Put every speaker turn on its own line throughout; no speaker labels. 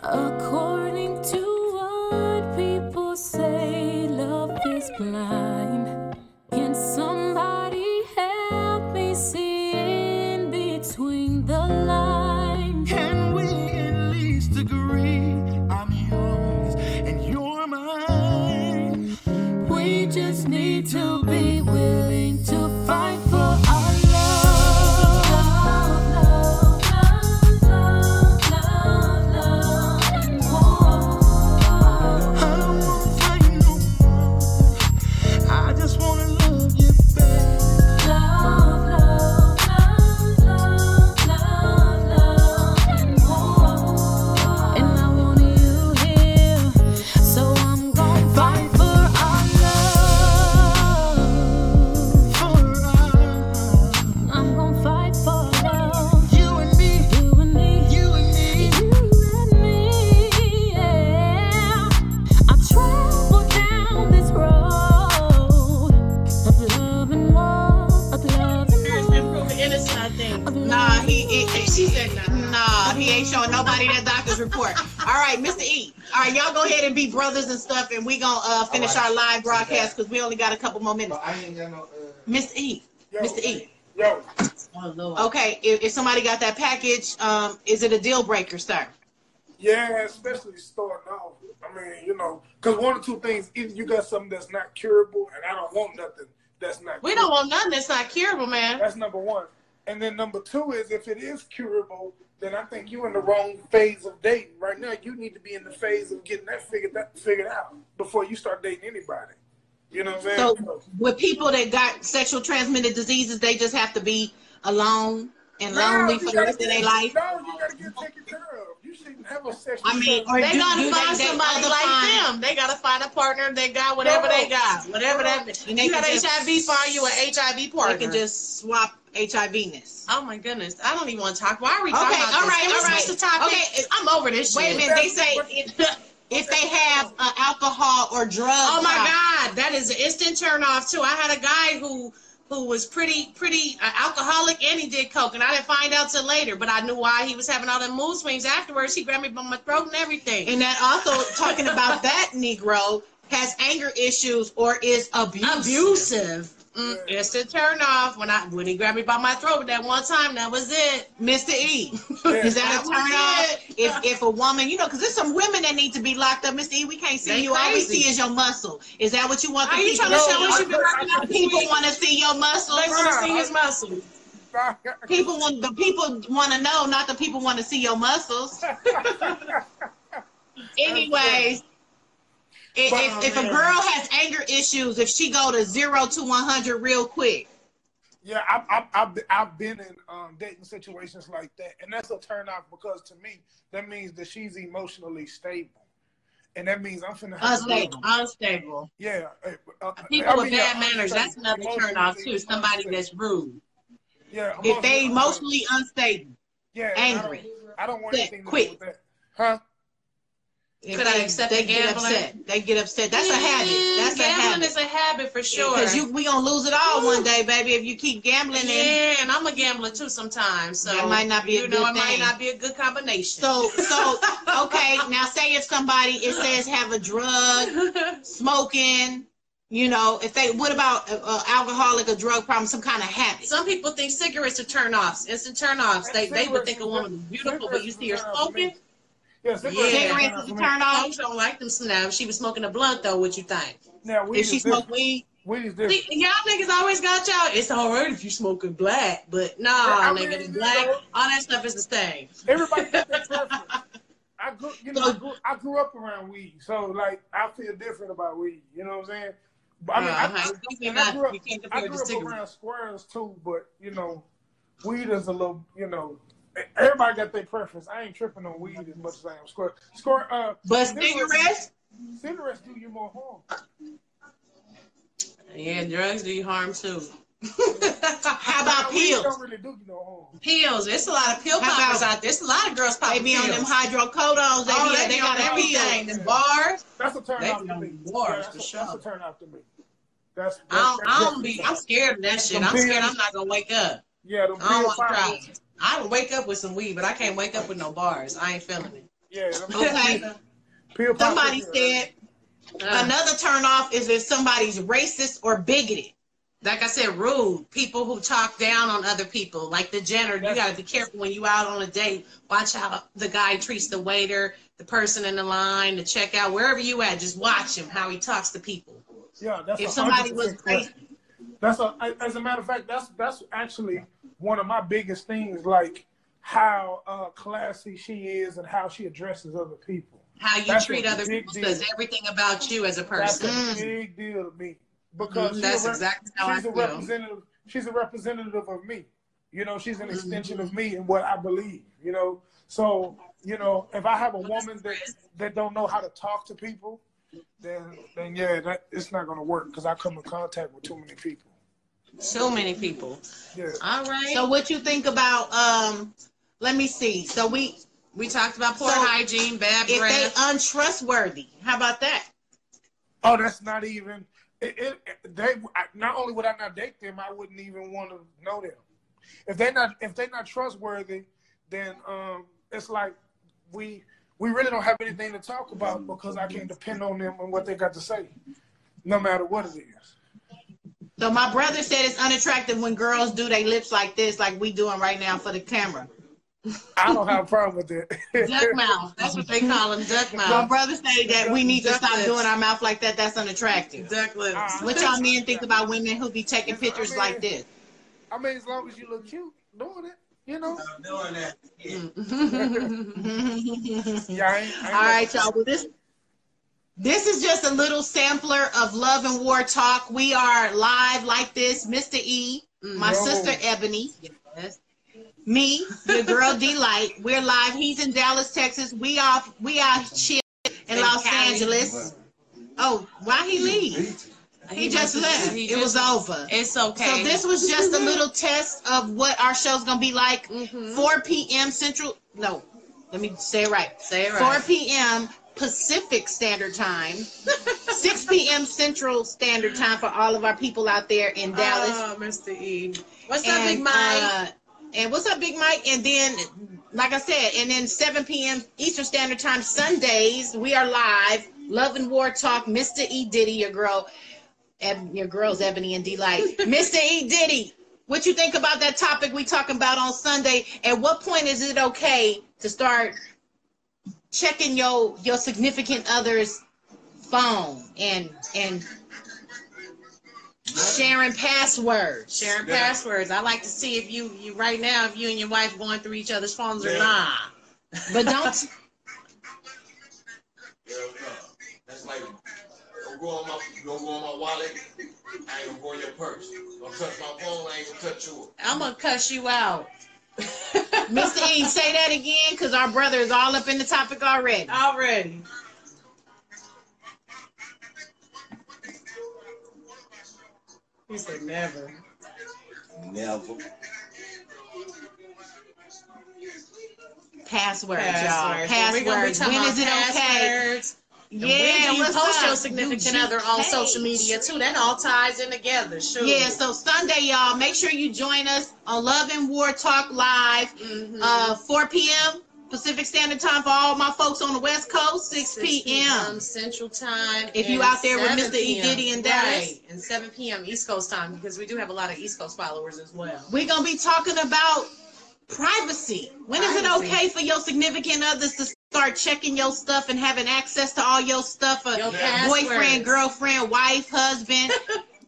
According to what people say, love is blind. Can somebody help me see in between the lines?
Can we at least agree I'm yours and you're mine?
We just need to be willing to fight for our love. Love, love, love, love, love, love. Whoa.
I don't wanna fight no more. I just wanna love you back.
Love, love, love, love, love, love. Whoa. And I want you here, so I'm gonna fight for our love.
For us.
I'm gonna fight for love.
You and me,
You and me.
you and me.
You and me, yeah. I travel down this road of love and war, of love
Parents
and
been
war.
proven innocent, I think. Nah, he, he, she said nah. Nah, he ain't showing nobody that doctor's report. All right, Mr. E. All right, y'all go ahead and be brothers and stuff, and we gonna uh, finish our live broadcast because we only got a couple more minutes.
I ain't got no. Uh,
Mr. E. Mr. E.
Yo,
Okay, if, if somebody got that package, um, is it a deal breaker, sir?
yeah, especially starting off. I mean, you know, because one or two things: either you got something that's not curable, and I don't want nothing that's not.
We don't want nothing that's not curable, man.
That's number one. And then number two is if it is curable, then I think you're in the wrong phase of dating right now. You need to be in the phase of getting that figured that figured out before you start dating anybody. You know what I'm saying?
So with people that got sexual transmitted diseases, they just have to be alone and lonely for the rest of their life.
No, you gotta get taken care of. You shouldn't have a sexual.
I mean,
problem.
or
They
do-
gotta
do they
find
date
somebody
other
like
kind?
them. They gotta find a partner that got whatever they got, whatever that.
And they
you got
can just-
HIV, find you an HIV partner.
They can
just swap HIVness.
Oh my goodness, I don't even want to talk. Why are we
Okay, all
talking
right,
about
all
this? Can we
right.
switch the topic?
Okay,
I'm over this
wait a
shit.
minute. They say if, if they have an alcohol or drug.
Oh my
problem.
God, that is an instant turn off too. I had a guy who who was pretty pretty uh, alcoholic and he did coke, and I didn't find out till later. But I knew why he was having all the mood swings afterwards. He grabbed me by my throat and everything.
uh, And that also talking about that Negro has anger issues or is abusive.
abusive. Mm, instant turn off when I when he grabbed me by my throat that one time. That was it.
Mr. E,
Yeah.
is that a turn
That
off? If if a woman, you know, because there's some women that need to be locked up, Mr. E, we can't see
They
you. All we
crazy.
see is your muscle. Is that what you want the
Are you
people
trying to
to
show us
see?
you've been working out this
People
week?
want to see your muscles.
They want to see his muscles.
People want the people want to know, not the people want to see your muscles. Anyways, i- if, if a girl has anger issues, if she go to zero to one hundred real quick,
Yeah, I've I've, I've, been- I've been in um, dating situations like that, and that's a turn off because to me that means that she's emotionally stable, and that means I'm finna have to deal
Unstable.
with-
Unstable.
Yeah, uh, uh, I
People with
mean, yeah,
bad manners, that's
unstable,
another turn off too.
emotionally
Somebody
unstable.
that's rude.
yeah,
if they
unstable.
emotionally unstable,
uh, yeah, and I
angry,
don't- I don't, want
Quick,
anything to
quick.
do with that, huh?
if
Could I
they-
accept
they
the
get
gambling?
upset. They get upset. That's a habit. That's a
Mm, gambling
habit.
is a habit for sure.
Because you we gonna lose it all one day, baby. If you keep gambling, and
yeah, and I'm a gambler too sometimes. So
That might not be a
you know,
good
it might
thing.
not be a good combination.
so so okay. Now say if somebody it says have a drug smoking. You know, if they what about uh, uh, alcoholic or drug problem, some kind of habit.
Some people think cigarettes are turn offs, instant turn offs. They they would think a woman is beautiful, but you see her smoking.
Yeah, cigarettes
Yeah.
are
Cigarettes
turn off
is a
for me.
turn
Oh,
off.
you don't like them now. She was smoking a blunt though. What you think?
Now, we
If she
different.
smoke weed,
Weed is
See,
different.
y'all niggas always got y'all. It's all right if you smoking black, but nah,
Yeah, I mean,
nigga, the
you
black,
know.
all that stuff is the same.
Everybody got their preference. I grew, you know, I grew, I grew up around weed, so like I feel different about weed. You know what I'm saying? But I mean, I- I,
Uh-huh. Definitely
and I
not-
grew up,
you can't compare
I
it to
grew up
cigarettes.
around squares too, but you know, weed is a little, you know, e, everybody got their preference. I ain't tripping on weed as much as I am square. Square, uh,
but
cigarettes-
cigarettes,
cigarettes do you more harm.
Yeah, drugs do you harm too.
how about
Weed
pills?
don't really do you no harm.
Pills. There's a lot of pill
How
poppers
about-
out there. There's a lot of girls
They
popping
be on
pills.
them hydrocodones. They,
Oh,
be, they,
they be
got
on
everything.
everything.
Them bars.
That's a turn
They
off to
don't
me.
wars,
Yeah, that's,
for
a,
sure.
that's a turn off to me. That's, that's
I don't, I don't
that's-
be. I'm scared of that shit.
Them
I'm scared
pills.
I'm not gonna wake up.
yeah, the
I don't
pill
want to
poppers.
I would wake up with some weed, but I can't wake up with no bars. I ain't feeling it.
Yeah. let me-
Okay.
Peer pressure.
Somebody said
Uh-huh.
uh.
another turn off is if somebody's racist or bigoted. Like I said, rude people who talk down on other people, like the janitor. You got to be careful when you out on a date. Watch how the guy treats the waiter, the person in the line, the checkout, wherever you at. Just watch him how he talks to people.
Yeah, that's
If
a
somebody
100%
was
correct. That's a, I- as a matter of fact, that's that's actually one of my biggest things, like how uh, classy she is and how she addresses other people.
How you
That's
treat
a
other
big
people
deal.
says everything about you as a
That's
person.
a big deal to me
Mm,
because
Mhm,
she
that's
a rep-
exactly how
she's
I
a
feel.
representative. She's a representative of me. You know, she's an
Mm-hmm.
extension of me and what I believe. You know, so you know, if I have a woman that that don't know how to talk to people, then then yeah, that it's not gonna work because I come in contact with too many people.
So many people.
Yeah.
All right.
So, what you think about? um Let me see. So we,
we talked about poor
So,
hygiene, bad
if they
breath.
untrustworthy, how about that?
Oh, that's not even. It, it, it- they I- not only would I not date them, I wouldn't even want to know them. If they not if they not trustworthy, then um, it's like we we really don't have anything to talk about because I can't depend on them and what they got to say, no matter what it is.
So my brother said it's unattractive when girls do their lips like this, like we doing right now for the camera.
I don't have a problem with
duck
that.
mouth. That's what they call them, duck
My
mouth.
brother said that we need to
Duck
stop
lips.
doing our mouth like that. That's unattractive.
Duck lips.
Ah.
What y'all men think about women who be taking pictures like this?
I mean, as long as you look cute doing it, you know.
Mm-hmm.
Yeah, I ain't, I ain't
All right, y'all. Well, this this is just a little sampler of love and war talk. We are live like this, Mr. E, my
No.
sister Ebony.
Mm-hmm. Yes.
me, your girl D Light. We're live. He's in Dallas, Texas. We off. We out chill in Los
Cali. Mm-hmm.
Angeles. Oh, why he leave? He just left.
He
It was
just-
over.
It's okay.
So this was just a little test of what our show's gonna be like.
Mm-hmm.
4 p.m. Central. No, let me say it right.
Say it
4
right.
p.m. Pacific Standard Time, 6 p.m. Central Standard Time for all of our people out there in Dallas.
Oh, Mr. E. What's up,
And,
Big Mike?
uh, and what's up, Big Mike? And then, like I said, and then 7 p.m. Eastern Standard Time Sundays, we are live. Love and War Talk, Mr. E. Diddy, your girl, Eb- your girls, Ebony and Delight. Mr. E. Diddy, what you think about that topic we talking about on Sunday? At what point is it okay to start checking your your significant other's phone and and sharing passwords?
Sharing passwords. I like to see if you, you right now, if you and your wife going through each other's phones or
Yeah.
not.
But don't
That's like, don't go on my, don't go on my wallet. I ain't gonna go in your purse. Don't touch my phone. I ain't gonna touch yours.
I'm gonna cuss you out.
Mr. E, say that again, because our brother is all up in the topic already.
Already. He said never.
Never.
Passwords, y'all.
Passwords.
Passwords.
We're gonna be talking
When
about
is it okay?
passwords. Yeah, when do you
what's
post
up?
your significant
Do you
other on
pay?
social media too? That all ties in together. Sure.
Yeah, so Sunday, y'all, make sure you join us on Love and War Talk Live,
Mhm.
uh, 4 p.m. Pacific Standard Time for all my folks on the West Coast, 6 p.m.
Central Time.
If you
and
out there with
7
Mr. E.
p.m.
Diddy in
Right,
Dallas.
and 7 p.m. East Coast time because we do have a lot of East Coast followers as well.
We're going to be talking about privacy. When is
Privacy.
it okay for your significant others to start checking your stuff and having access to all your stuff? uh,
Your
Passwords.
boyfriend, girlfriend, wife, husband.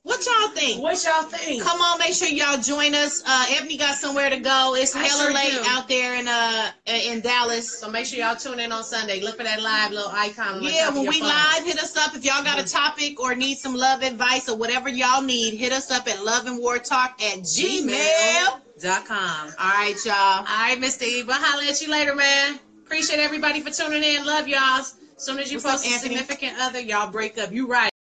what y'all think?
What y'all think?
Come on, make sure y'all join us. Uh, Ebony got somewhere to go. It's
I
hella
sure
late
do.
out there in uh in Dallas.
So make sure y'all tune in on Sunday. Look for that live little icon. on the
Yeah,
top of
when
your
we
phone. Mm-hmm.
live, hit us up if y'all got a topic or need some love advice or whatever y'all need. Hit us up at loveandwartalk at gmail. All
gmail.com.
right, y'all.
All right, Mr. E, but holla at you later, man. Appreciate everybody for tuning in. Love y'all. As soon as you
What's up,
post a
Anthony?
significant other, y'all break up. You right.